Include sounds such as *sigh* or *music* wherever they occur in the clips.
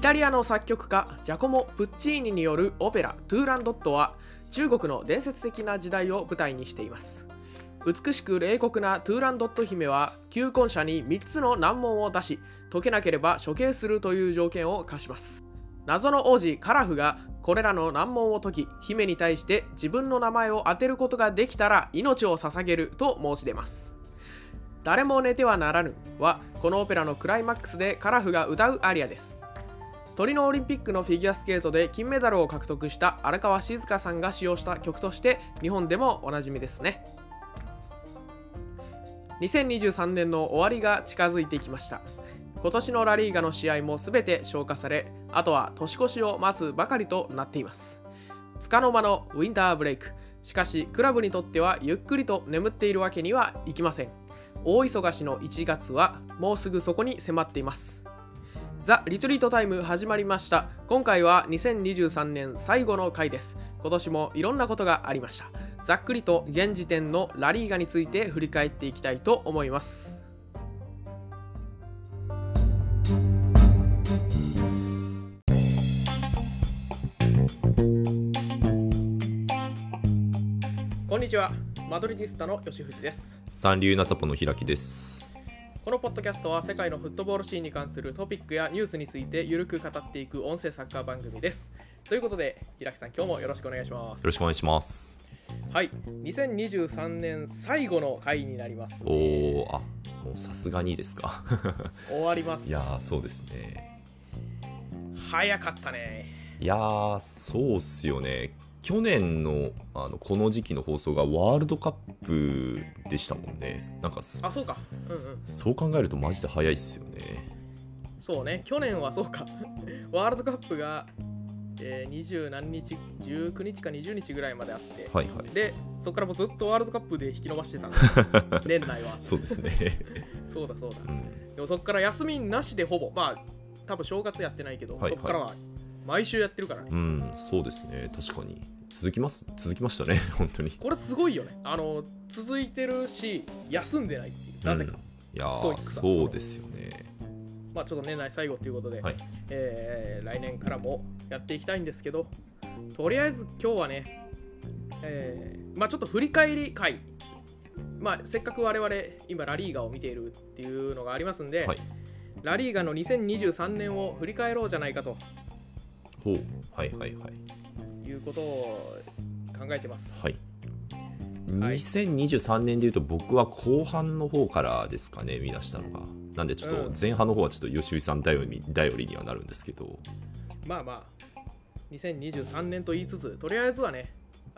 タリアの作曲家ジャコモ・プッチーニによるオペラ「トゥーランドット」は中国の伝説的な時代を舞台にしています美しく冷酷なトゥーランドット姫は求婚者に3つの難問を出し解けなければ処刑するという条件を課します謎の王子カラフがこれらの難問を解き姫に対して自分の名前を当てることができたら命を捧げると申し出ます誰も寝てはならぬはこのオペラのクライマックスでカラフが歌うアリアですトリノオリンピックのフィギュアスケートで金メダルを獲得した荒川静香さんが使用した曲として日本でもおなじみですね2023年の終わりが近づいてきました今年のラリーガの試合も全て消化されあとは年越しを待つばかりとなっていますつかの間のウィンターブレイクしかしクラブにとってはゆっくりと眠っているわけにはいきません大忙しの1月はもうすぐそこに迫っていますザ・リトリートタイム始まりました今回は2023年最後の回です今年もいろんなことがありましたざっくりと現時点のラリーガについて振り返っていきたいと思いますこんにちはマドリディスタの吉藤です三流なさぽの開きですこのポッドキャストは世界のフットボールシーンに関するトピックやニュースについてゆるく語っていく音声サッカー番組ですということで平木さん今日もよろしくお願いしまよすろしくお願いしますはい2023年最後の回になります、おおあもうさすがにですか *laughs* 終わりますいやーそうですね早かったねいやーそうっすよね去年のあのこの時期の放送がワールドカップでしたもんねなんかすあそうかうんうんそう考えるとマジで早いっすよねそうね去年はそうか *laughs* ワールドカップが、えー、20何日19日か20日ぐらいまであって、はいはいでそこからもうずっとワールドカップで引き延ばしてたんだ *laughs* 年内はそ *laughs* うですねそうだそうだうんでもそこから休みなしでほぼまあ多分正月やってないけど、はいはいそこからは毎週やってるからねうんそうですね確かに続きます続きましたね本当にこれすごいよねあの続いてるし休んでないっていうなぜか、うんいやストイックーだそうですよねまあちょっと年内最後ということで、はいえー来年からもやっていきたいんですけどとりあえず今日はね、えーまあちょっと振り返り会まあせっかく我々今ラリーガを見ているっていうのがありますんで、はいラリーガの2023年を振り返ろうじゃないかとほうはいはいはいいうことを考えてますはい、はい2023年でいうと僕は後半の方からですかね見出したのがなんでちょっうとん前半の方はちょっと吉井さん頼り頼りにはなるんですけどまあまあ2023年と言いつつとりあえずはね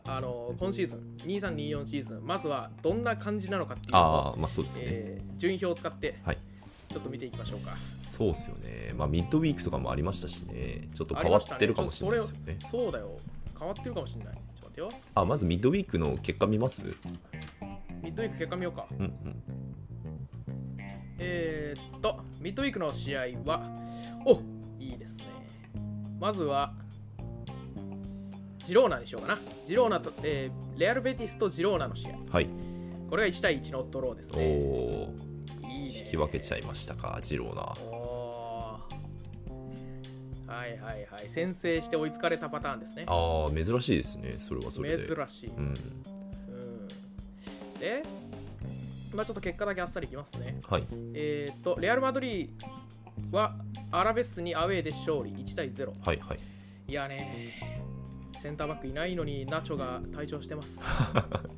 あの今シーズン2324シーズンまずはどんな感じなのかっていうのをああまあそうですね、えー順位表を使って、はいちょっと見ていきましょうか。そうですよねまあミッドウィークとかもありましたしねちょっと変わってるかもしれないですよねありましたねちょっとそれをそうだよ。変わってるかもしれない。ちょっと待ってよ。あまずミッドウィークの結果見ますミッドウィーク結果見ようか。うんうんえー、っと、ミッドウィークの試合は、おいいですね。まずは、ジローナにしようかな。ジローナと、えーレアル・ベティスとジローナの試合。はいこれが1対1のドローですおね。おいいね。引き分けちゃいましたかジローナおーはいはいはい。先制して追いつかれたパターンですね。あー珍しいですねそれはそれで珍しい。うんうんで、まあ、ちょっと結果だけあっさりいきますね。はいえーっと、レアル・マドリーはアラベスにアウェーで勝利1対0。はいはいいやね、センターバックいないのにナチョが退場してます。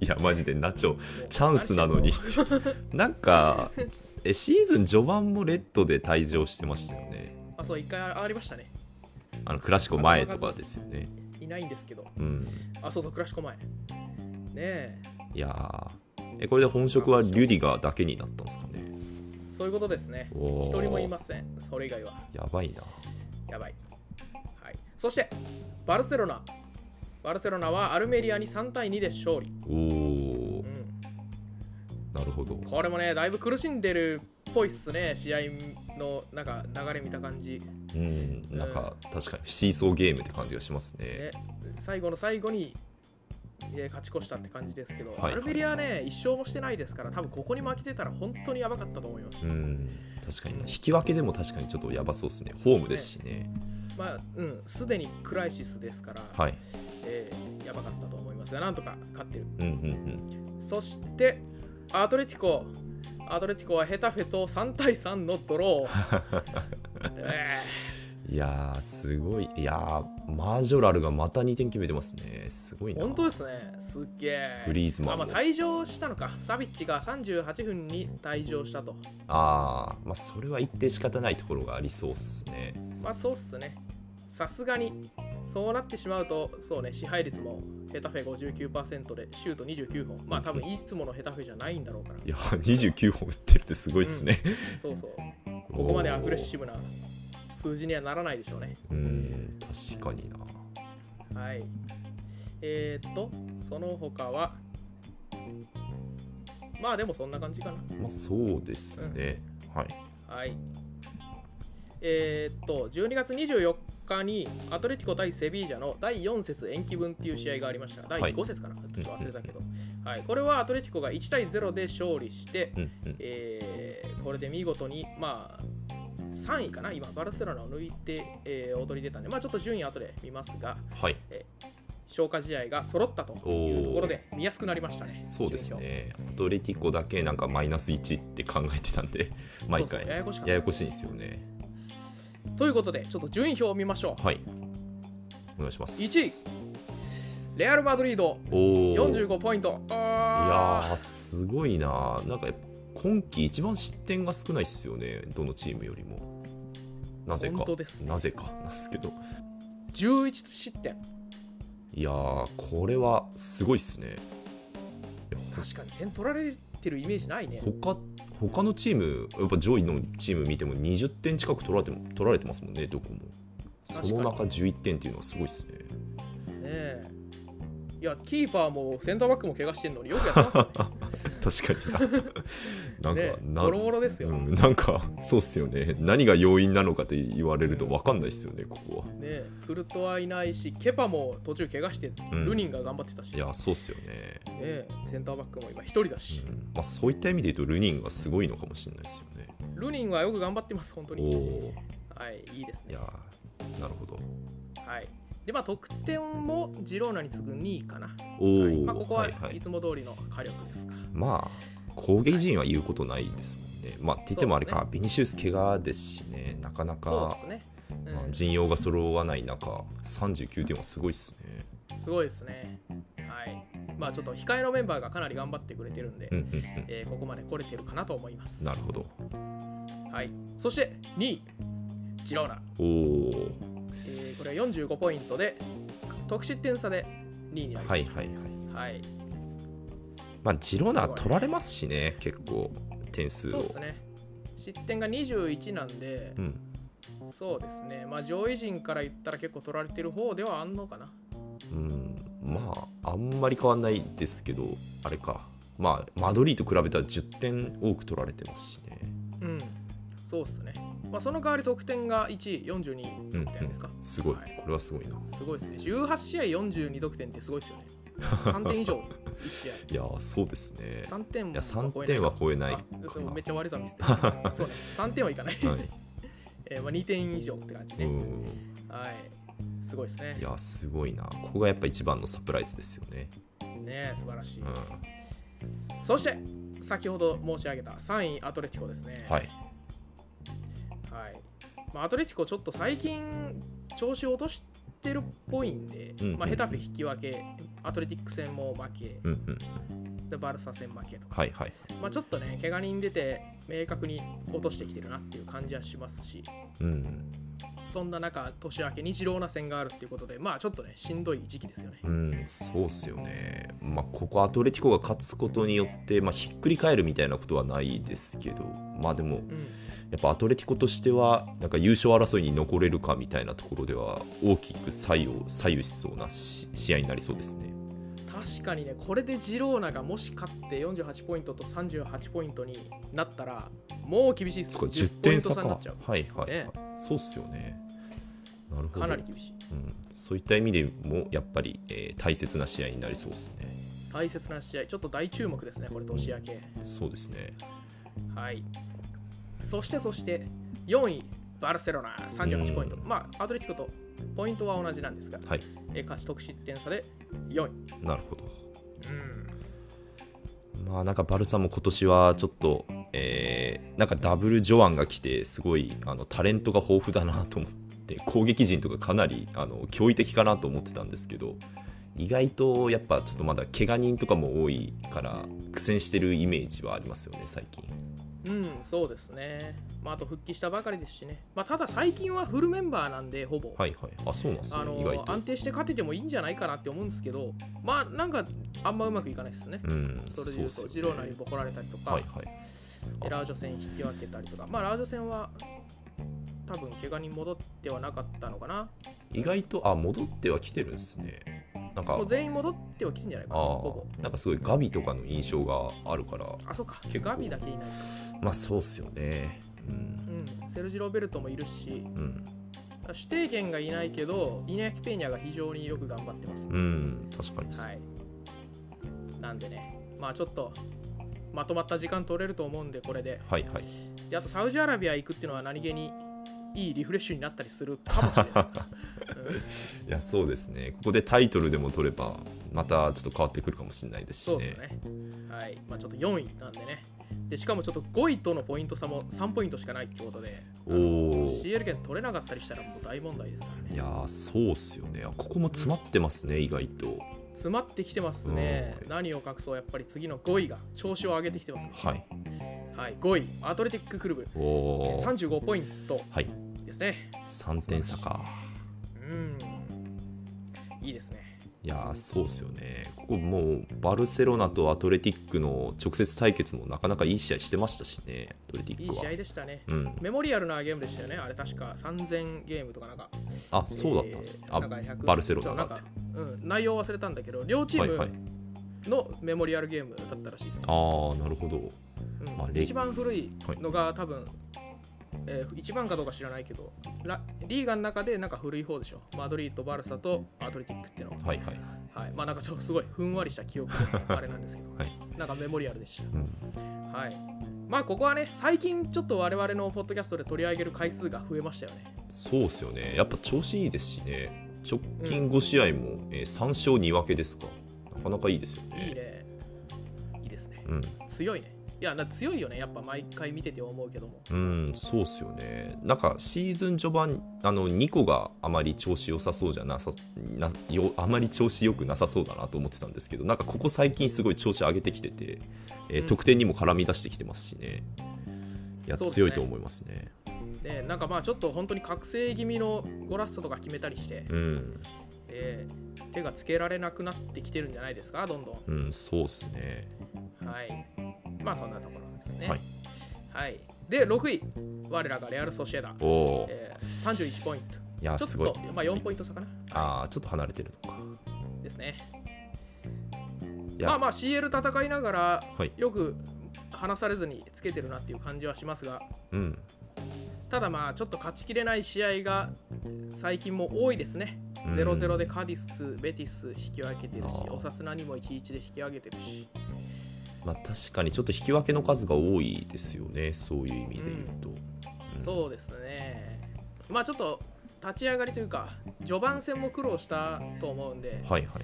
いやマジでナチョ *laughs* チャンスなのに *laughs* なんかえシーズン序盤もレッドで退場してましたよねあ、そう、一回あありましたね。あのクラシコ前とかですよねいないんですけど。うんあ、そうそう、クラシコ前。ねえ、いやーえこれで本職はリュディガーだけになったんですかねそういうことですね。おー一人もいません。それ以外は。やばいなやばい。はい、そして、バルセロナ。バルセロナはアルメリアに3対2で勝利。おーうんなるほどこれもね、だいぶ苦しんでるっぽいっすね、試合のなんか流れ見た感じ。うんなんか確かにシーソーゲームって感じがしますねね、最後の最後に、えー勝ち越したって感じですけど、はいはいアルベリアね、一勝もしてないですから、多分ここに負けてたら本当にやばかったと思います。うん確かにな引き分けでも確かにちょっとやばそうですねホームですしねまあうん、すでにクライシスですから、はい。えーやばかったと思いますが、なんとか勝ってる。うんうんそして、アトレティコ。アトレティコはヘタフェと3対3のドロー。 *laughs* えうん。いやー、すごい。いやー、マージョラルがまた2点決めてますね。すごいーな。本当ですね。すっげえ。グリーズマあンまも。あ、退場したのか。サビッチが38分に退場したと。あー、まあ、それは一定仕方ないところがありそうっすね。まあそうっすね。さすがに、そうなってしまうと、そうね、支配率もヘタフェ59%で、シュート29本。まあ多分いつものヘタフェじゃないんだろうから。いやー、29本打ってるってすごいっすね。そうそう。おーここまでアグレッシブな数字にはならないでしょうね。うん、確かにな。はい。えー、っと、その他は、まあでもそんな感じかまあ、そうですね。はい。な。はい。えー、っと、12月24日にアトレティコ対セビージャの第4節延期分っていう試合がありました。第はい5節かな、ちょっと忘れたけど。はい、これはアトレティコが1対0で勝利して、うんうん。えーこれで見事に、まあ、3位かな、今、バルセロナを抜いて、えー、踊り出たんで、まあ、ちょっと順位は後で見ますが、はい。消化試合が揃ったというところで見やすくなりましたね。そうですね。アトレティコだけなんかマイナス1って考えてたんで、毎そう回そうややこしかったややこしいんですよ順ね。位表ということで、ちょっと順位表を見ましょう。はい。お願いします。 1位、レアル・マドリード、おお。いや45ポイント。あー、すごいな。なんか、今季一番失点が少ないっすよね。どのチームよりも。なぜか本当です。なぜかなんですけど。ー11失点。いやー、これはすごいっすね。いや確かに点取られてるイメージないね。他他のチーム、やっぱ上位のチーム見ても20点近く取られても取られてますもんね、どこも。その確か中11点っていうのはすごいですね。ねえいや、キーパーもセンターバックも怪我してるのによくやってますよ確かに *laughs* な。なんね。か、ねえ *laughs* なボロボロですよ。うん、なんかそうっすよね。何が要因なのかって言われると分かんないっすよね、ここは。ね、クルトワいないし、ケパも途中怪我して、うんルニンが頑張ってたし、いや、そうっすよね。ねえ、センターバックも今一人だしう、んまあ、そういった意味で言うと、ルニンがすごいのかもしれないですよね。ルニンはよく頑張ってます、本当おに。おはい、いいですー、ね。いやー、なるほど。はい、で、まあ、得点もジローナに次ぐ2位かな。おお、はいまあ、ここははいはいいつも通りの火力ですか。まあ、攻撃陣は言うことないですもんね。まあ、って言ってもあれそうか、ビニシウス怪我ですしね、なかなか、そうですね、まうあん。陣容が揃わない中、39点はすごいですね。すごいですね。はい。まあ、ちょっと控えのメンバーがかなり頑張ってくれてるんで、うんうんうえーここまで来れてるかなと思いますん。。なるほど。はい。そして2位、ジローナ。おお、えーこれは45ポイントで得失点差で2位になりまはいしはいはい。た、はいまあ、ジローナ取られますしね、結構、点数そうをで。すね失点が21なんで、うん、そうですねまあ上位陣から言ったら結構取られてる方ではあんのかなうん、まあ、あんまり変わんないですけど、あれか、まあ、マドリーと比べたら10点多く取られてますしね。うんそうですねまあその代わり得点が1位うん、う42得点んですか、、すごい、はいこれはすごいな。すごいですね18試合42得点ってすごいですよね3 *laughs* 点以上1試合いやー、そうですね。 3点いやは超3えない点は超えないあかそうなめっちゃ悪さ見せてるそ *laughs* うね3点はいかない、はい、えーまあ、2点以上って感じうね、んはいすごいですねいやすごいなここがやっぱ一番のサプライズですよね、ねえ素晴らしい、うん、そして先ほど申し上げた3位アトレティコですねはいはい、まあ、アトレティコちょっと最近調子を落としてるっぽいんで、うんまあ、ヘタフェ引き分けアトレティック戦も負けうんうんでバルサ戦負けとか、はいはいまあ、ちょっとね怪我人出て明確に落としてきてるなっていう感じはしますしうんそんな中年明けにジローナ戦があるっていうことでまあちょっとねしんどい時期ですよねうんそうっすよねまあここアトレティコが勝つことによって、まあ、ひっくり返るみたいなことはないですけどまあでもうんやっぱアトレティコとしてはなんか優勝争いに残れるかみたいなところでは大きく左右左右しそうなし試合になりそうですね確かにね、これでジローナがもし勝って48ポイントと38ポイントになったら、もう厳しいですそっか10 10点差ポイントになかっちゃうはいはい、ねそうっすよねなるほどかなり厳しい。うん、そういった意味でもやっぱり、えー大切な試合になりそうですね。大切な試合、ちょっと大注目ですね、これ、年明け。そうですね。はい。そして、そして、4位、バルセロナ38ポイント、うんまあ、アトレティコとポイントは同じなんですが、はいえー勝ち得失点差で4位。なるほど。うんまあなんかバルサも今年はちょっと、えーなんかダブルジョアンが来てすごいあのタレントが豊富だなと思って攻撃陣とかかなりあの驚異的かなと思ってたんですけど意外とやっぱちょっとまだ怪我人とかも多いから苦戦してるイメージはありますよね最近うん、そうですね。まあ、あと復帰したばかりですしね。まあ、ただ最近はフルメンバーなんで、ほぼ。はいはいあそうなんですねあの意外と安定して勝ててもいいんじゃないかなって思うんですけど、まあ、なんかあんまうまくいかないですね。うんそれで言うと、そうっすジよロねーナにボコられたりとか、はいはいでラージョ戦引き分けたりとか、まあ、ラージョ戦は多分怪我に戻ってはなかったのかな。意外とあ戻っては来てるんですねなんかもう全員戻ってはきてんじゃないかあな、ほーなんかすごいガビとかの印象があるからぼ。あ、そうか、結構ガビだけいないか。まあそうっすよね。うん。うん、セルジ・ロベルトもいるし、うん。指定権がいないけど、イナヤキ・ペーニャが非常によく頑張ってます。うん。確かにそう。はい。なんでね、まあちょっとまとまった時間取れると思うんで、これで。はいはい。で、あとサウジアラビア行くっていうのは何気にいいリフレッシュになったりするかもしれ *laughs* ない。うんいや、そうですね。ここでタイトルでも取れば、またちょっと変わってくるかもしれないですしそうね。ですね。はい。まあちょっと4位なんでね。で、しかもちょっと5位とのポイント差も3ポイントしかないってことで、あのおー CL 権取れなかったりしたらもう大問題ですからね。いやー、そうっすよね。あここも詰まってますね、意外と。詰まってきてますねう。ん何を隠そう、やっぱり次の5位が調子を上げてきてますね。はい。はい、5位、アトレティッククルブ。おー。 35ポイントはい。ですね。 3点差か。うん。いいですね。いやー、そうっすよね。ここもう、バルセロナとアトレティックの直接対決もなかなかいい試合してましたしね、アトレティいッいク試は合。でしたね。うん。メモリアルなゲームでしたよね。あれ確か3000ゲームとかなんか。あ、そうだったんですね。あ、えーなんか100バルセロそナうがなっんてか。、うん、内容忘れたんだけど、両チはいはーい。ムのメモリアルゲームだったらしいです。ああなるほどうんまあレ一番古いのが多分、えー一番かどうか知らないけど、ラリーガの中でなんか古い方でしょ。マドリード、バルサとアトレティックっていうのは。はいはい、はい。まあなんかちょっとすごいふんわりした記憶 *laughs* のあれなんですけど、はいなんかメモリアルでした。うん、はい。まあここはね、最近ちょっと我々のポッドキャストで取り上げる回数が増えましたよね。そうっすよねやっぱ調子いいですしね直近5試合も、えー、3勝2分けですかなかなかいいですよねいいね。いいですね。うん強いね。いや、な強いよね。やっぱ毎回見てて思うけども。うん、そうっすよね。なんかシーズン序盤、あの2個があまり調子良さそうじゃなさなよ、あまり調子良くなさそうだなと思ってたんですけど、なんかここ最近すごい調子上げてきてて、えーうん得点にも絡み出してきてますしね。いや、そうですね強いと思いますね。で、なんかまあちょっと本当に覚醒気味のゴラストとか決めたりして、うん、えー手がつけられなくなってきてるんじゃないですか、どんどうん、そうっすね。ん。はい。まあそんなところですね。はい。はいで、6位。我らがレアル・ソシエダ。おおー、えー、31ポイント。いや、ちすょごっいと。、まあ4ポイント差かな。ああ、ちょっと離れてるのか。ですね。いや、まあまあ CL 戦いながらはいよく離されずにつけてるなっていう感じはしますがうん、ただまあちょっと勝ちきれない試合が最近も多いですねうん0-0でカディス、ベティス引き分けてるしあーオサスナにも1-1で引き分けてるしまあ確かにちょっと引き分けの数が多いですよね、そういう意味で言うと。うんそうですねまあちょっと立ち上がりというか序盤戦も苦労したと思うんで、はいはい。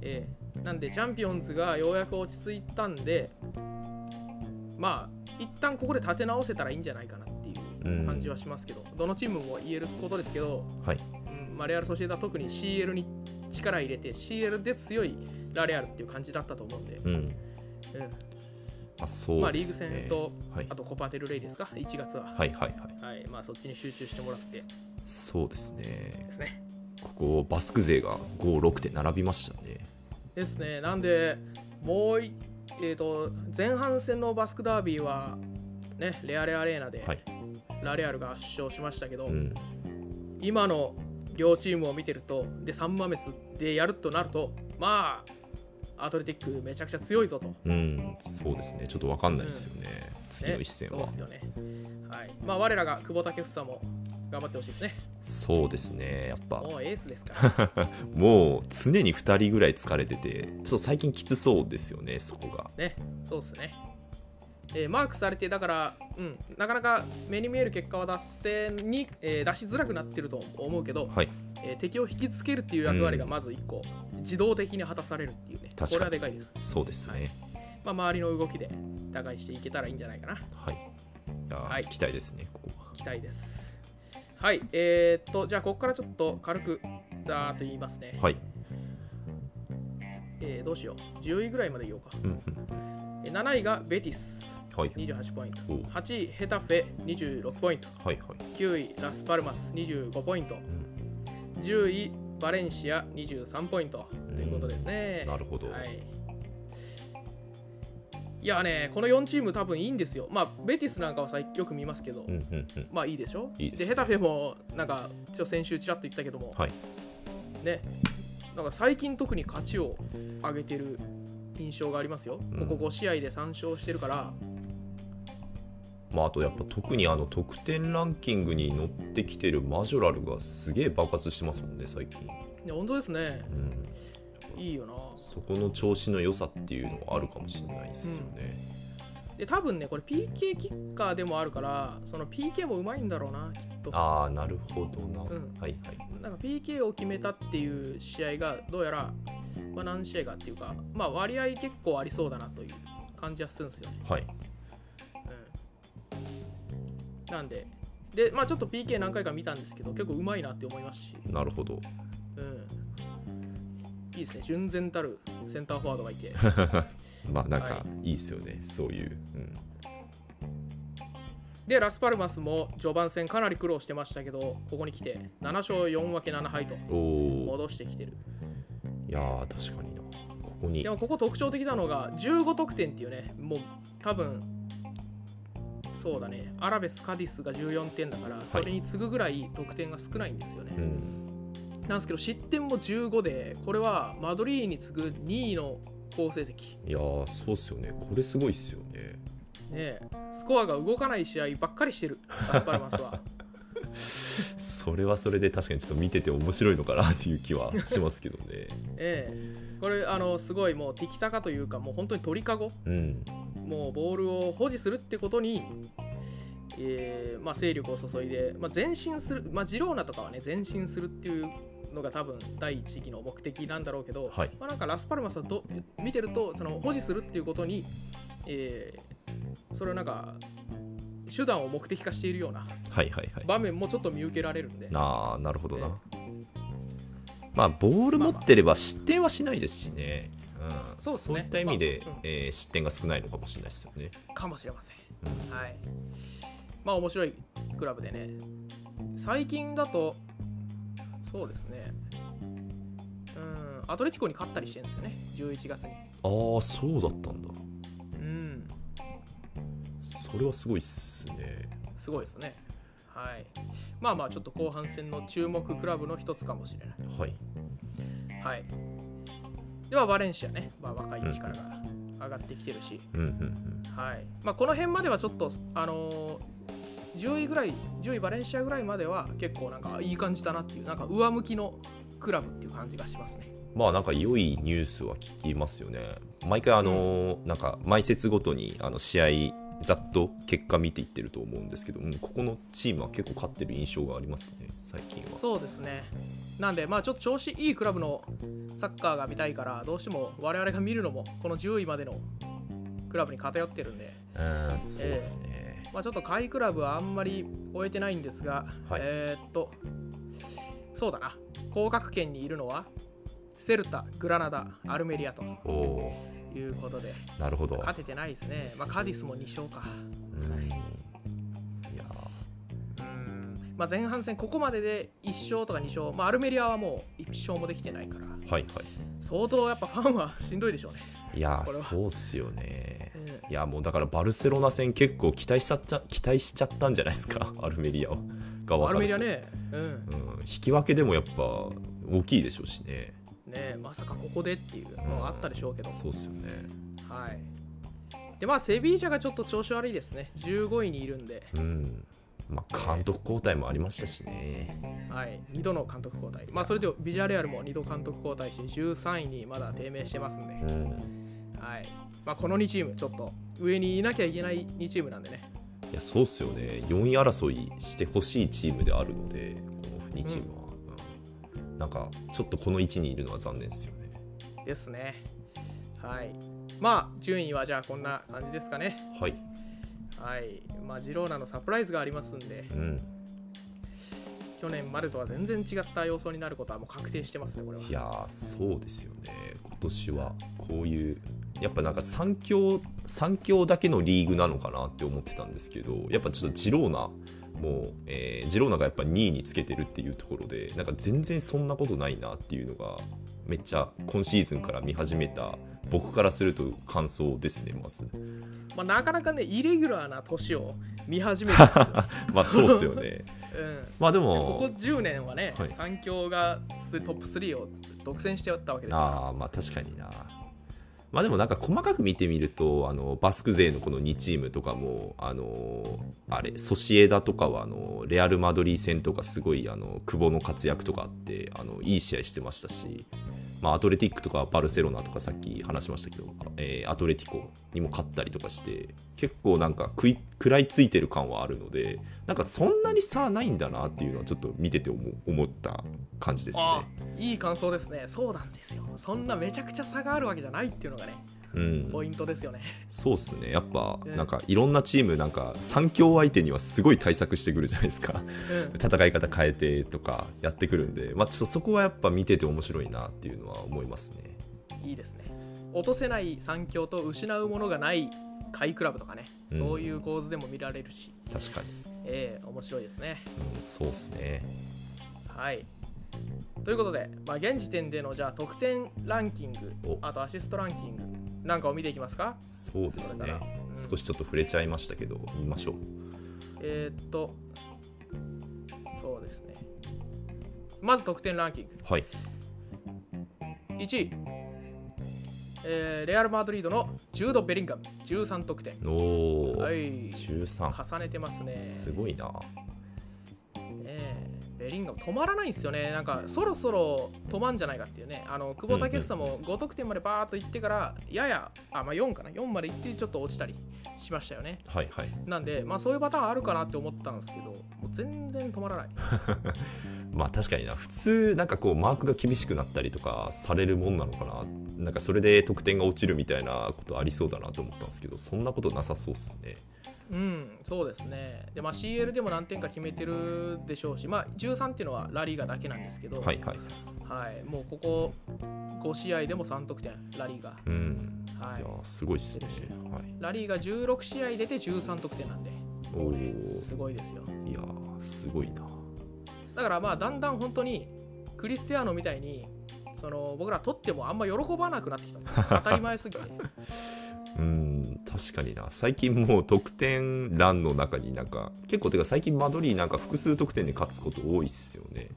ええなんでチャンピオンズがようやく落ち着いたんでまあ一旦ここで立て直せたらいいんじゃないかなっていう感じはしますけど、どのチームも言えることですけど、はい、うんまあ、レアル・ソシエダ特に CL に力入れて CL で強いラレアルっていう感じだったと思うんで、うん。うんまあそうですまね。あ、リーグ戦と、はいあとコパテル・レイですか1月は、はいはいはい。はいまあ、そっちに集中してもらってそうですねで。すねここ、バスク勢が5、6点並びましたね。ですねなんでもうい、えー、と前半戦のバスクダービーは、ね、レアレアレーナではい。ラレアルが圧勝しましたけど、うん。今の両チームを見てるとでサンマメスでやるとなるとまあアトレティックめちゃくちゃ強いぞと、ね、うん、そうですね。ちょっとわかんないですよね。次の一戦そうはで。すよね、はいまあ、我らが久保建英も頑張ってほしいですねそうですね。やっぱ、もうエースです *laughs* から、もう常に2人ぐらい疲れてて、ちょっと最近きつそうですよね、そこが。ね、そうですねえーマークされてだから、うん、なかなか目に見える結果は出せに、えー出しづらくなってると思うけど、はいえー敵を引きつけるっていう役割がまず1個、自動的に果たされるっていうね確かにこれはでかいです、そうですねまあ、周りの動きで打開していけたらいいんじゃないかなはいいやー、はい期待ですねここは期待ですはいえーっとじゃあここからちょっと軽くざーっと言いますね、はいえーどうしよう10位ぐらいまで言おうかうんうんえー7位がベティスはい28ポイントおう8位ヘタフェ26ポイントはいはい9位ラスパルマス25ポイントん10位バレンシア23ポイントうんということですねなるほどはいいやねこの4チーム多分いいんですよまあベティスなんかはさよく見ますけど、うんうんうんまあいいでしょいいですねヘタフェもなんかちょ先週ちらっと言ったけども、はいねなんか最近特に勝ちを上げてる印象がありますよ、うんここ5試合で3勝してるからまあ、あとやっぱ特にあの得点ランキングに乗ってきてるマジョラルがすげえ爆発してますもんね最近、ね本当ですねうん、いいよなそこの調子の良さっていうのはあるかもしれないですよね、で多分ねこれ PK キッカーでもあるからその PK もうまいんだろうなきっとああなるほどな、うんはいはいなんか PK を決めたっていう試合がどうやら、まあ、何試合かっていうかまあ割合結構ありそうだなという感じはするんですよね、はいうん、なんででまあちょっと PK 何回か見たんですけど結構うまいなって思いますし、なるほどうん、いいですね純然たるセンターフォワードがいてまあなんはかいいですよね、そういう、うん、でラスパルマスも序盤戦かなり苦労してましたけどここに来て7勝4分け7敗とおお戻してきてるいやー確かになここにでもここ特徴的なのが15得点っていうねもう多分そうだねアラベス・カディスが14点だからそれに次ぐぐらい得点が少ないんですよね、うんなんですけど失点も15でこれはマドリーに次ぐ2位の好成績、いやーそうっすよねこれすごいっすよねねえ、スコアが動かない試合ばっかりしてるアスパルマスは *laughs* それはそれで確かにちょっと見てて面白いのかなっていう気はしますけどねええこれあのすごいもう敵高というかもう本当に鳥かごうんもうボールを保持するってことに、えーまあ、勢力を注いで、まあ、前進する、まあ、ジローナとかはね前進するっていうのが多分第一義の目的なんだろうけど、はいまあ、なんかラスパルマスはど見てるとその保持するっていうことに、えーそれをなんか手段を目的化しているようなはいはいはい場面もちょっと見受けられるんで、ああなるほどな、えまあボール持ってれば失点はしないですしね、うんそうですねいった意味で、まあうんえー失点が少ないのかもしれないですよねかもしれません。はい。まあ面白いクラブでね。最近だと、そうですね。うん、アトレティコに勝ったりしてるんですよね、11月に。ああそうだったんだうん、それはすごいっすねすごいですね。はい。まあまあ、ちょっと後半戦の注目クラブの一つかもしれなはいい。はい。では、バレンシアね。まあ、若い力が上がってきてるし。うんうんうんはいまあ、この辺まではちょっと、あのー10位ぐらい、10位バレンシアぐらいまでは結構なんかいい感じだなっていう、なんか上向きのクラブっていう感じがしますね。まあなんか良いニュースは聞きますよね毎回あのーなんか毎節ごとにあの試合ざっと結果見ていってると思うんですけど、うん、ここのチームは結構勝ってる印象がありますね最近はそうですねなんで、まあ、ちょっと調子いいクラブのサッカーが見たいから、どうしても我々が見るのも、この10位までのクラブに偏ってるんで、うんそうですね、まあ、ちょっと下位クラブはあんまり終えてないんですが、はいえーっと、そうだな、降格圏にいるのは、セルタ、グラナダ、アルメリアとおおいうことで。ーなるほど勝ててないですね、まあ、カディスも2勝か、うんいやうんまあ、前半戦ここまでで1勝とか2勝、まあ、アルメリアはもう1勝もできてないからーはいは相当やっぱファンはしんどいでしょうね、いいやーこれはそうっすよねうんいやもうだからバルセロナ戦結構期待しちゃった期待しちゃったんじゃないですかアルメリアをが分アかルメらずリアね,、うん、うん、引き分けでもやっぱ大きいでしょうしねねまさかここでっていうのはあったでしょうけど、そうっすよねはいでまあ、セビージャがちょっと調子悪いですね、15位にいるんで、うんまあ監督交代もありましたしねはい、2度の監督交代、まあ、それでビジャレアルも2度監督交代して、13位にまだ低迷してますんで、うんはい、まあ、この2チームちょっと上にいなきゃいけない2チームなんでねいやそうっすよね4位争いしてほしいチームであるのでこの2チームは、うんなんかちょっとこの位置にいるのは残念ですよねですねはいまあ順位はじゃあこんな感じですかねはいはいまあジローナのサプライズがありますんでうん去年までとは全然違った様相になることはもう確定してますねこれはいやーそうですよね今年はこういうやっぱなんか3強三強だけのリーグなのかなって思ってたんですけどやっぱちょっとジローナもう、えージローナがやっぱ2位につけてるっていうところでなんか全然そんなことないなっていうのがめっちゃ今シーズンから見始めた僕からすると感想ですねまず。まあ、なかなかねイレギュラーな年を見始めたんですよ、まあそうっ *laughs* すよね。 *laughs* うん、まあでここも、 10年はね、はい三強がすトップ3を独占しておったわけですかああまあ確かにな。まあでもなんか細かく見てみるとあのバスク勢のこの2チームとかもあのあれソシエダとかはあのレアル・マドリー戦とかすごいあの久保の活躍とかあってあのいい試合してましたし、まあ、アトレティックとかバルセロナとかさっき話しましたけど、えーアトレティコにも勝ったりとかして結構なんか食い食らいついてる感はあるのでなんかそんなに差はないんだなっていうのはちょっと見てて思思った感じですね。ら、ああいい感想ですねそうなんですよそんなめちゃくちゃ差があるわけじゃないっていうのがねうん、ポイントですよね、そうっすねやっぱうんなんかいろんなチームなんか3強相手にはすごい対策してくるじゃないですかう *laughs* ん、戦い方変えてとかやってくるんで、まあ、ちょっとそこはやっぱ見てて面白いなっていうのは思いますねいいですね落とせない三強と失うものがない下位クラブとかね、うんそういう構図でも見られるし確かに、ええ面白いですねうん、そうっすねはいということで、まあ、現時点でのじゃあ得点ランキングおあとアシストランキングなんかを見ていきますかそうですねそうだなうん少しちょっと触れちゃいましたけど見ましょうえーっと、そうですね。まず得点ランキング。はい1位、えーレアル・マドリードのジュード・ベリンガム、13得点。おー、はい、 13重ねてますね。すごいなえーベリンガム止まらないんですよね。なんかそろそろ止まんじゃないかっていうね。あの久保建英も5得点までバーっといってから、やや、あ、まあ、4かな、4までいってちょっと落ちたりしましたよね。はいはいなんで、まあそういうパターンあるかなって思ったんですけど、もう全然止まらない。まあ確かにな普通なんかこうマークが厳しくなったりとかされるもんなのかななんかそれで得点が落ちるみたいなことありそうだなと思ったんですけどそんなことなさそうっすねうん、そうですね。で、まあ、CL でも何点か決めてるでしょうし、まあ、13っていうのはラリーガだけなんですけど、はいはいはいもうここ5試合でも3得点、ラリーガ。うんはいいや、ーすごいっすねはいラリーガ16試合出て13得点なんで、おもおうねすごいですよ。いやーすごいなだから、まあ、だんだん本当にクリスティアーノみたいに、その僕ら取ってもあんま喜ばなくなってきた。当 *laughs* たり前すぎて。うん確かにな最近もう得点欄の中になんか結構てか最近マドリーなんか複数得点で勝つこと多いっすよね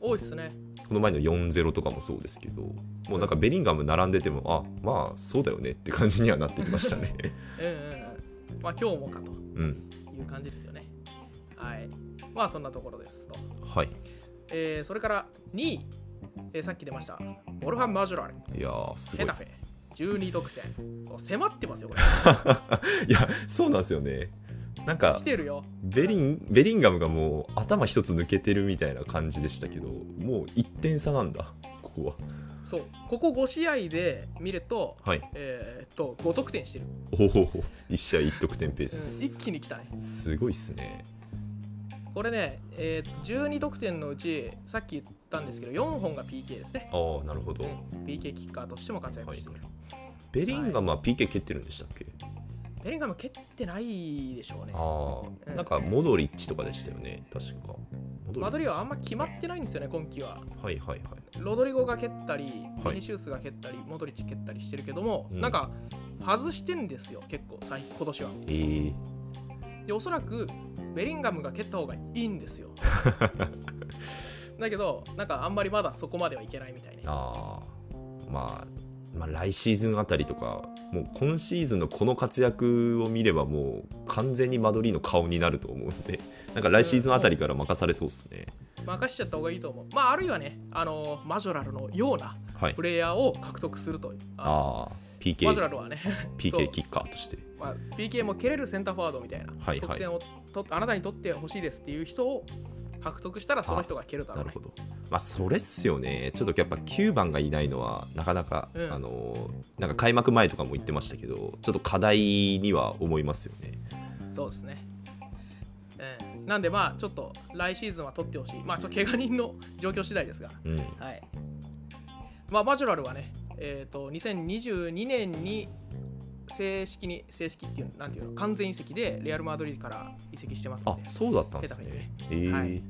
多いっすね。この前の4-0とかもそうですけどもうなんかベリンガム並んでてもあまあそうだよねって感じにはなってきましたねうんうんうん。まあ、今日もかとうんいう感じですよね。はい。まあ、そんなところですと。はいえーそれから2位、えーさっき出ました、ボルファン・マジュラル、いやーすごヘいタフェ、12得点。もう迫ってますよ、これ。 *laughs* いやそうなんですよねなんか来てるよ。ベリンベリンガムがもう頭一つ抜けてるみたいな感じでしたけどもう1点差なんだここはそう、ここ5試合で見ると、はいえーっと、5得点してる。うんおお1試合1得点ペース、一気に来たね。すごいっすねこれね、えー12得点のうち、さっき言ったんですけど、4本が PK ですね。ああなるほど、うん PK キッカーとしても活躍している。ベリンガムは PK 蹴ってるんでしたっけ、ベリンガム蹴ってないでしょうね。ああなんかモドリッチとかでしたよね確かモドマドリーはあはんま決まってないんですよね、今季は。はいはいはいロドリゴが蹴ったり、はビいニシウスが蹴ったり、モドリッチ蹴ったりしてるけども、うんなんか外してんですよ、結構、最今年は。えー、で、おそらくベリンガムが蹴った方がいいんです *laughs* よ。だけど、なんかあんまりまだそこまではいけないみたいね。あーまあ、まあ来シーズンあたりとかもう今シーズンのこの活躍を見ればもう完全にマドリーの顔になると思うんで *laughs* なんか来シーズンあたりから任されそうっすね、任しちゃった方がいいと思う。まあ、あるいはね、あのーマジョラルのようなはいプレイヤーを獲得するという。あああワズラ PK ルはね、 *laughs* PK キッカーとしてまあ PK も蹴れるセンターフォワードみたいな、はいはい得点をとあなたに取ってほしいですっていう人を獲得したらその人が蹴るだろうなるねほどまあそれっすよねちょっとやっぱ9番がいないのはなかなか、うんあのーなんか開幕前とかも言ってましたけどちょっと課題には思いますよねそうですね。えーなんでまあちょっと来シーズンは取ってほしい。まあちょっと怪我人の状況次第ですが。うんはい。まあバジュラルはね、えっ、と2022年に正式に正式っていうなんていうの完全移籍でレアルマドリードから移籍してますんあで。そうだったんですねえーはい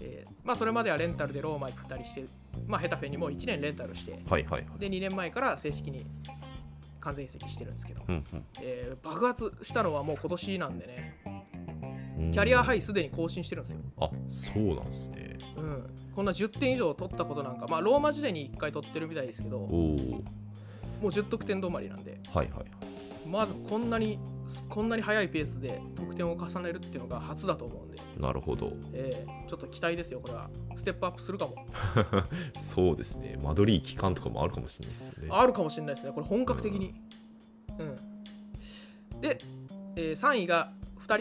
えーまあそれまではレンタルでローマ行ったりして、まあヘタフェにも1年レンタルして、はいはいはいで2年前から正式に完全移籍してるんですけど、うんえー爆発したのはもう今年なんでね、うんキャリアハイイすでに更新してるんですよ。あそうなんですねうん、こんな10点以上取ったことなんか、まあ、ローマ時代に1回取ってるみたいですけど、おもおう10得点止まりなんで、はいはいまずこんなに、こんなに速いペースで得点を重ねるっていうのが初だと思うんで、なるほどえーちょっと期待ですよ、これは。ステップアップするかも。そうですね間取り期間とかもあるかもしれないですよねあるかもしれないですね、これ本格的に。うん。で、え3位が2人、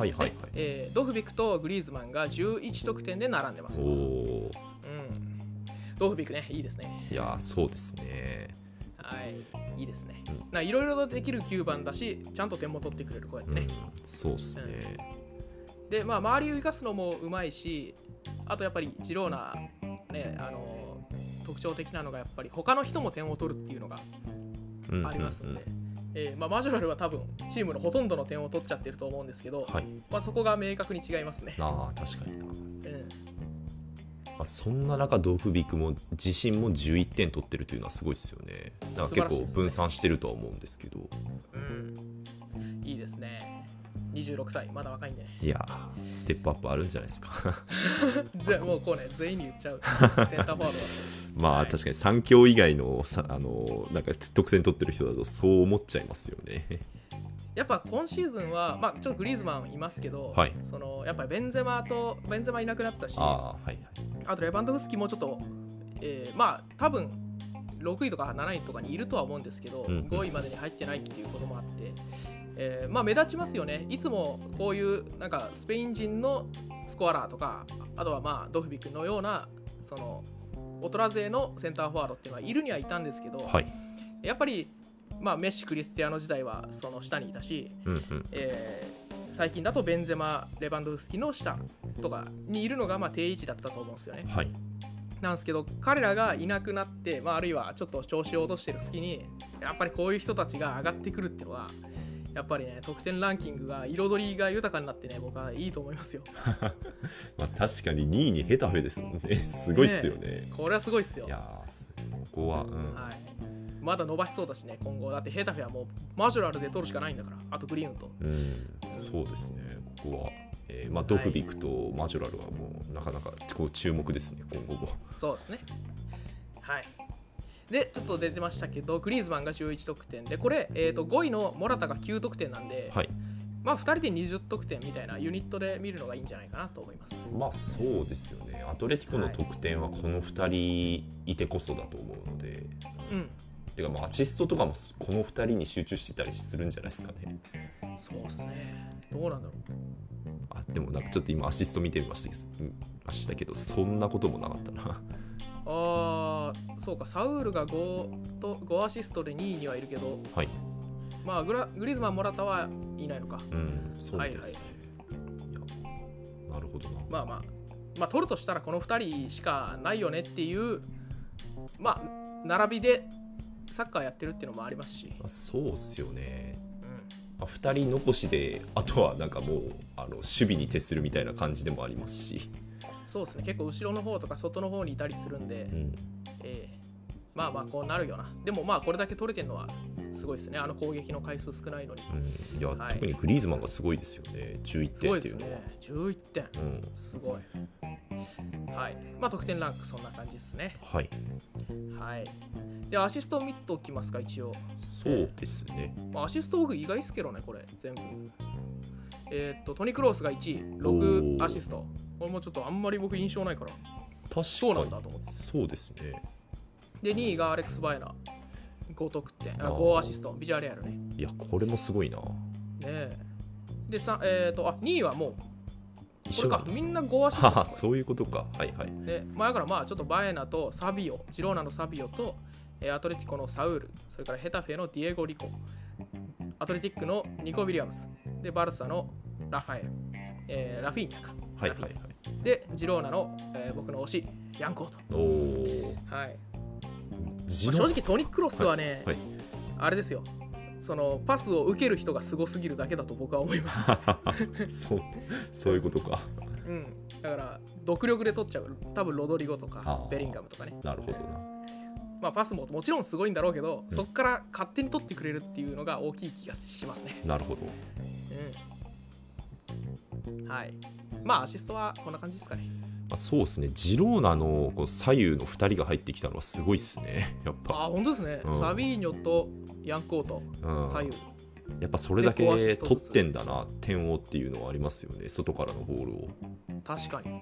はいはいはいえードフビクとグリーズマンが11得点で並んでます。おおーうん。ドフビクね、いいですね。いやーそうですねはい、いいですねうん。ないろいろとできる9番だし、ちゃんと点も取ってくれる、こうやっうてねん。そうですねで、まあ、周りを生かすのもうまいし、あとやっぱり、ジローナ、ね、あの特徴的なのが、やっぱり、他の人も点を取るっていうのがうんうんうんありますんで、えーまあ、マジュラルは多分、チームのほとんどの点を取っちゃってると思うんですけど、はいまあ、そこが明確に違いますね。あー確かになうん、まあ、そんな中、ドフビクも自身も11点取ってるというのはすごいですよね。なんか素晴らし結い構ですね分散してるとは思うんですけど、うん、いいですね。26歳、まだ若いんでね。いやー、ステップアップあるんじゃないですか。ぜもうこうね、全員に言っちゃう。センターフォワードは。まあ確かに3強以外のさあのなんか得点取ってる人だとそう思っちゃいますよね。やっぱ今シーズンは、まあ、ちょっとグリーズマンいますけど、はいそのやっぱりベンゼマとベンゼマいなくなったしあああ、はいとレバンドフスキもちょっと、えーまあ多分6位とか7位とかにいるとは思うんですけど、うんうん5位までに入ってないっていうこともあって、えーまあ、目立ちますよねいつもこういうなんかスペイン人のスコアラーとかあとはまあドフビクのようなそのオトラ勢のセンターフォワードっていうのはいるにはいたんですけど、はい。はい。やっぱり、まあ、メッシクリスティアーノ時代はその下にいたしうんうん。えー最近だとベンゼマ、レバンドフスキの下とかにいるのがまあ定位置だったと思うんですよね。はい。なんですけど彼らがいなくなって、まあ、あるいはちょっと調子を落としてる隙にやっぱりこういう人たちが上がってくるっていうのはやっぱりね得点ランキングが彩りが豊かになってね僕はいいと思いますよ。 *laughs* まあ確かに2位にヘタフェですもんね。 *laughs* すごいっすよね。これはすごいっすよ。いやー、すここは、うん。はい、まだ伸ばしそうだしね今後だってヘタフェはもうマジュラルで取るしかないんだからあとグリーンと。うん、そうですね、ここは、えーまあ、ドフビクとマジョラルはもうなかなかこう注目ですね、今後も。そうですね。はい。で、ちょっと出てましたけど、グリーズマンが11得点で、これ、えー、と5位のモラタが9得点なんで、はい、まあ2人で20得点みたいなユニットで見るのがいいんじゃないかなと思います。まあそうですよね、アトレティコの得点はこの2人いてこそだと思うので、うん、てか、まあ、アシストとかもすこの2人に集中してたりするんじゃないですかね。そうですね。どうなんだろう。あでも、なんかちょっと今、アシスト見てみましたけど、うんましたけどそんなこともなかったな。あー、そうか、サウールが 5, と5アシストで2位にはいるけど、はい、まあグラグリーズマン、モラタはいないのか。うん、そうみたいですね。いやなるほどな。まあまあ、まあ、取るとしたらこの2人しかないよねっていう、まあ、並びでサッカーやってるっていうのもありますし。まあ、そうっすよね。うん2人残しであとはなんかもうあの守備に徹するみたいな感じでもありますし、そうですね、結構後ろの方とか外の方にいたりするんで、うん、ええまあまあこうなるよな。でもまあこれだけ取れてるのはすごいですね、あの攻撃の回数少ないのに。うんいや、はい特にグリーズマンがすごいですよね11すご点いっでていすうのは、ね、11点。うん、すごい。はい。まあ得点ランクそんな感じですね。はいはい。で、アシストを見ておきますか、一応。そうですね、まあ、アシスト僕意外ですけどね、これ、全部。えーっと、トニ・クロースが1位、6アシスト。これもちょっとあんまり僕印象ないから、そうな確んだかにと思って。そうですねで2位がアレックス・バエナ5得点ああー5アシストビジュアルやるねねいやこれもすごいなえでさえっ、とあ2位はもうこ一れ緒だかみんな5アシストはあそういうことかはいはいで、まあ、だからまあちょっとバエナとサビオ、ジローナのサビオと、えーアトレティコのサウール、それからヘタフェのディエゴ・リコ、アトレティックのニコ・ウィリアムス、で、バルサのラファエル、えーラフィーニャか。はいラはいフィはーいニャで、ジローナの、えー僕の推し、ヤンコート。おおはいジまあロ正直トニック・クロスはね、はいあれですよ。そのパスを受ける人がすごすぎるだけだと僕は思います。 *laughs* そうそういうことかうん、だから、独力で取っちゃう。多分ロドリゴとあかーベリンガムとかね。なるほどなまあ、パスももちろんすごいんだろうけど、うんそこから勝手に取ってくれるっていうのが大きい気がしますね。なるほどうん、はい。まあ、アシストはこんな感じですかね。まあ、そうですね、ジローナのこう左右の2人が入ってきたのはすごいっすね、やっぱ。ああ、本当ですね。うんサビーニョとヤンコート、うん左右。やっぱそれだけでこうアシスト取ずっつてんだな、点をっていうのはありますよね、外からのボールを。確かに。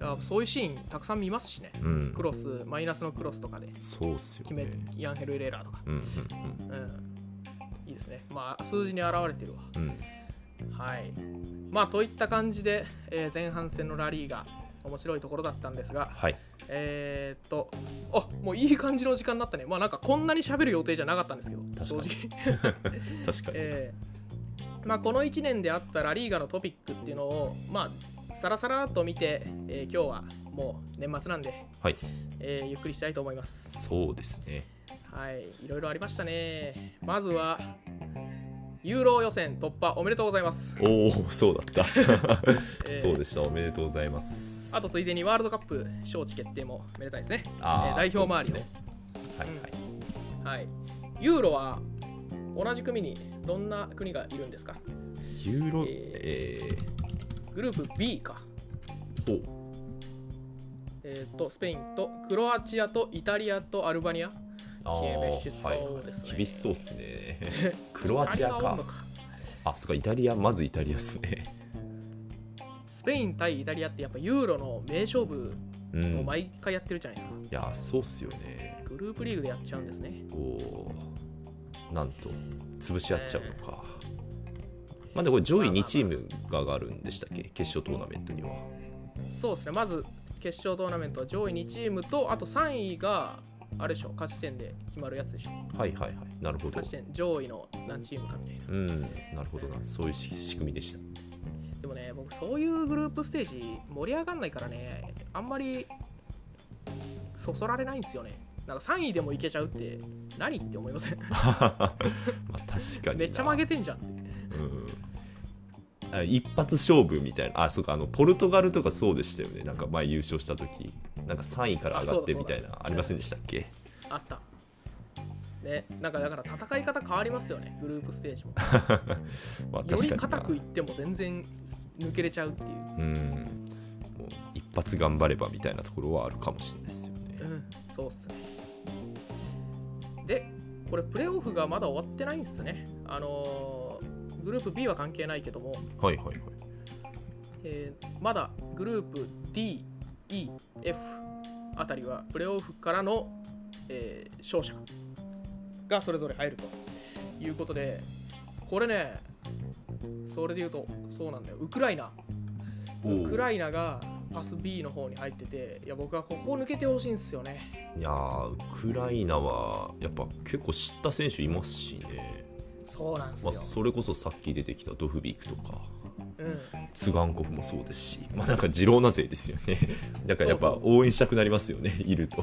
いやそういうシーンたくさん見ますしね。うんク、ロス、マイナスのクロスとかでそうっすよ決め、ね。ヤンヘル・エレーラーとか。うんうんうん。いいですね。まあ、数字に表れてるわ。うんうん、はい。まあ、といった感じで、えー前半戦のラリーが面白いところだったんですが、はい、えー、っと、あもういい感じの時間になったね。まあなんかこんなに喋る予定じゃなかったんですけど、確かに正直。確かに。えーまあこの1年であったラリーガのトピックっていうのを、まあ、さらさらっと見て、えー今日はもう年末なんで、はい、えーゆっくりしたいと思います。そうですね。はい、いろいろありましたね。まずは、ユーロ予選突破おめでとうございます。おお、そうだった、えーそうでした、おめでとうございます。あと、ついでにワールドカップ招致決定もめでたいですね。あーえー代表周りそうのですねはいはい。はい、ユーロは同じ組にどんな国がいるんですかユーロ、ええグループ B か、ー、ほう、えー、とスペインとクロアチアとイタリアとアルバニアあ厳しー、そうですね厳しそうっすね。 *laughs* クロアチアイタリはおんのか。あ、そっか、イタリア、まずイタリアっすね。スペイン対イタリアってやっぱユーロの名勝負うん、をい毎回やってるじゃないですか、やーそうっすよねグループリーグでやっちゃうんですねこうなんと潰し合っちゃうのか、まあでもこれ上位2チームが上がるんでしたっけ決勝トーナメントにはそうですねまず決勝トーナメントは上位2チームとあと3位があれでしょ勝ち点で決まるやつでしょはいはいはいなるほど勝ち点上位の何チームかみたいなうんなるほどなそういうし仕組みでしたでもね、僕、そういうグループステージ盛り上がんないからね、あんまりそそられないんですよね。なんか3位でもいけちゃうって何って思いません。まあ確かになめっちゃ曲げてんじゃんって。うんあ一発勝負みたいなあそうかあのポルトガルとかそうでしたよねなんか前優勝した時なんか3位から上がってみたいあそうだそうなだありませんでしたっけあった。ね、なんかだから戦い方変わりますよね、グループステー *laughs* ジも。まあよ確りかに硬なくいっても全然抜けれちゃうっていう。うんもう一発頑張ればみたいなところはあるかもしれないですよねうん、そうっすね。で、これプレーオフがまだ終わってないんですね。あのーグループ B は関係ないけども、はいはいはいえーまだグループ D、E、F あたりはプレーオフからの、えー勝者がそれぞれ入るということで、これね、それで言うと、そうなんだよ、ウクライナ、ウクライナがパス B の方に入ってて、いや、僕はここを抜けてほしいんですよね。いやーウクライナはやっぱ結構知った選手いますしね、そうなんですまよあ、。それこそさっき出てきたドフビークとかうん、ツガンコフもそうですし、まあ、なんかジローナ勢ですよね *laughs* だからやっそぱう応援したくなりますよね *laughs* いると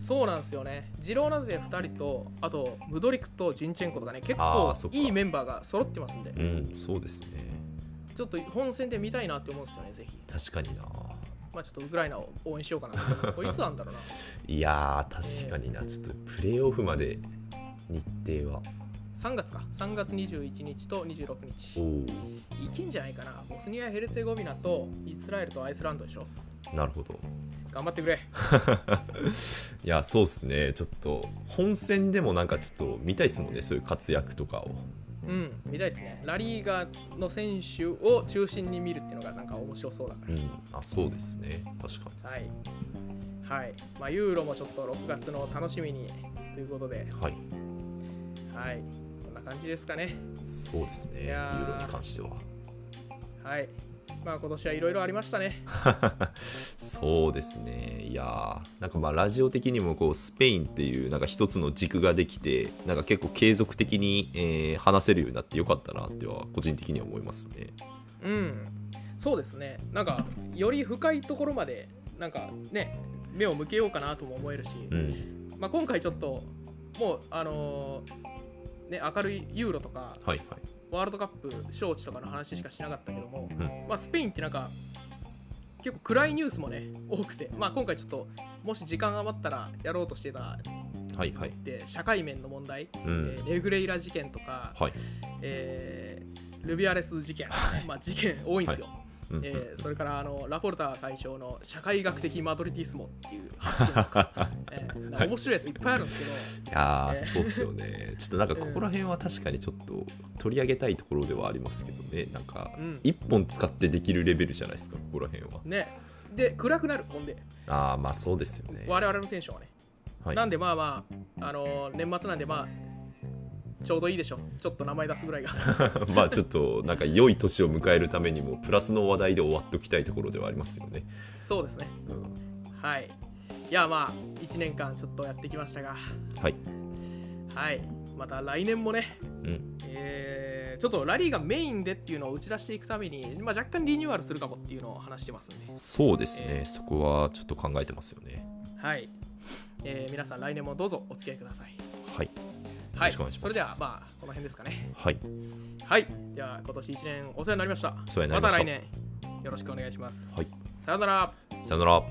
そうなんですよね。ジローナ勢2人と、あとムドリクとジンチェンコとかね、結あ構ーそっかいいメンバーが揃ってますんで。うんそうですねちょっと本戦で見たいなって思うんですよね、ぜひ。確かになまあちょっとウクライナを応援しようかなと。これいつなんだろうな。いやー確かになちょっとプレーオフまで日程は3月か。3月21日と26お日。おいけんじゃないかな。ボスニア・ヘルツェゴビナとイスラエルとアイスランドでしょ。なるほど頑張ってくれ。いやそうっすねちょっと本戦でもなんかちょっと見たいですもんねそういう活躍とかをうん、見たいですね。ラリーガの選手を中心に見るっていうのがなんか面白そうだか。うんあそうですね確からはい。はいまあ、ユーロもちょっと6月の楽しみにということで、はい、はい、こんな感じですかね。そうですね、いユやーーロに関しては。はいまあ、今年はいろいろありましたね。 *laughs* そうですね、いやーなんかまあラジオ的にもこうスペインっていうなんか一つの軸ができて、なんか結構継続的に、えー話せるようになってよかったなっては、個人的には思いますね。うん、そうですね。なんか、より深いところまで、なんかね、目を向けようかなとも思えるし、うん、まあ、今回ちょっと、もう、あのーね、明るいユーロとか、はいはい。ワールドカップ招致とかの話しかしなかったけども、うんまあ、スペインってなんか結構暗いニュースもね多くて、まあ、今回ちょっともし時間余ったらやろうとしてたはいはい。で社会面の問題、うんえーレグレイラ事件とか、はい。えールビアレス事件、まあ、事件多いんですよ、うんうんえーそれからあのラポルター会長の社会学的マドリティスモっていう発言とか、えーなんか面白いやついっぱいあるんですけどいやー、えーそうっすよね。ちょっとなんかここら辺は確かにちょっと取り上げたいところではありますけどね、なんかうん一本使ってできるレベルじゃないですか、ここら辺は。ねで暗くなるほんでああ、まあそうですよね。我々のテンションはねはい、なんでまあまあ、あのー年末なんでまあ、ちょうどいいでしょ。ちょっと名前出す *laughs* ぐらいが。まあちょっとなんか良い年を迎えるためにもプラスの話題で終わっときたいところではありますよね。そうですね。うん、はい。いやまあ、1年間ちょっとやってきましたが、はい。はい。また来年もね、うん。えーちょっとラリーがメインでっていうのを打ち出していくために、まあ、若干リニューアルするかもっていうのを話してますんで、そうですね。そこはちょっと考えてますよね。はい。えー皆さん来年もどうぞお付き合いください。はい。はよろい。しくお願いしますそれではまあ、この辺ですかね。はい。はい。では今年1年お世話になりました。世話になりましたた来年よろしくお願いします。はい。さようなら。さよなら。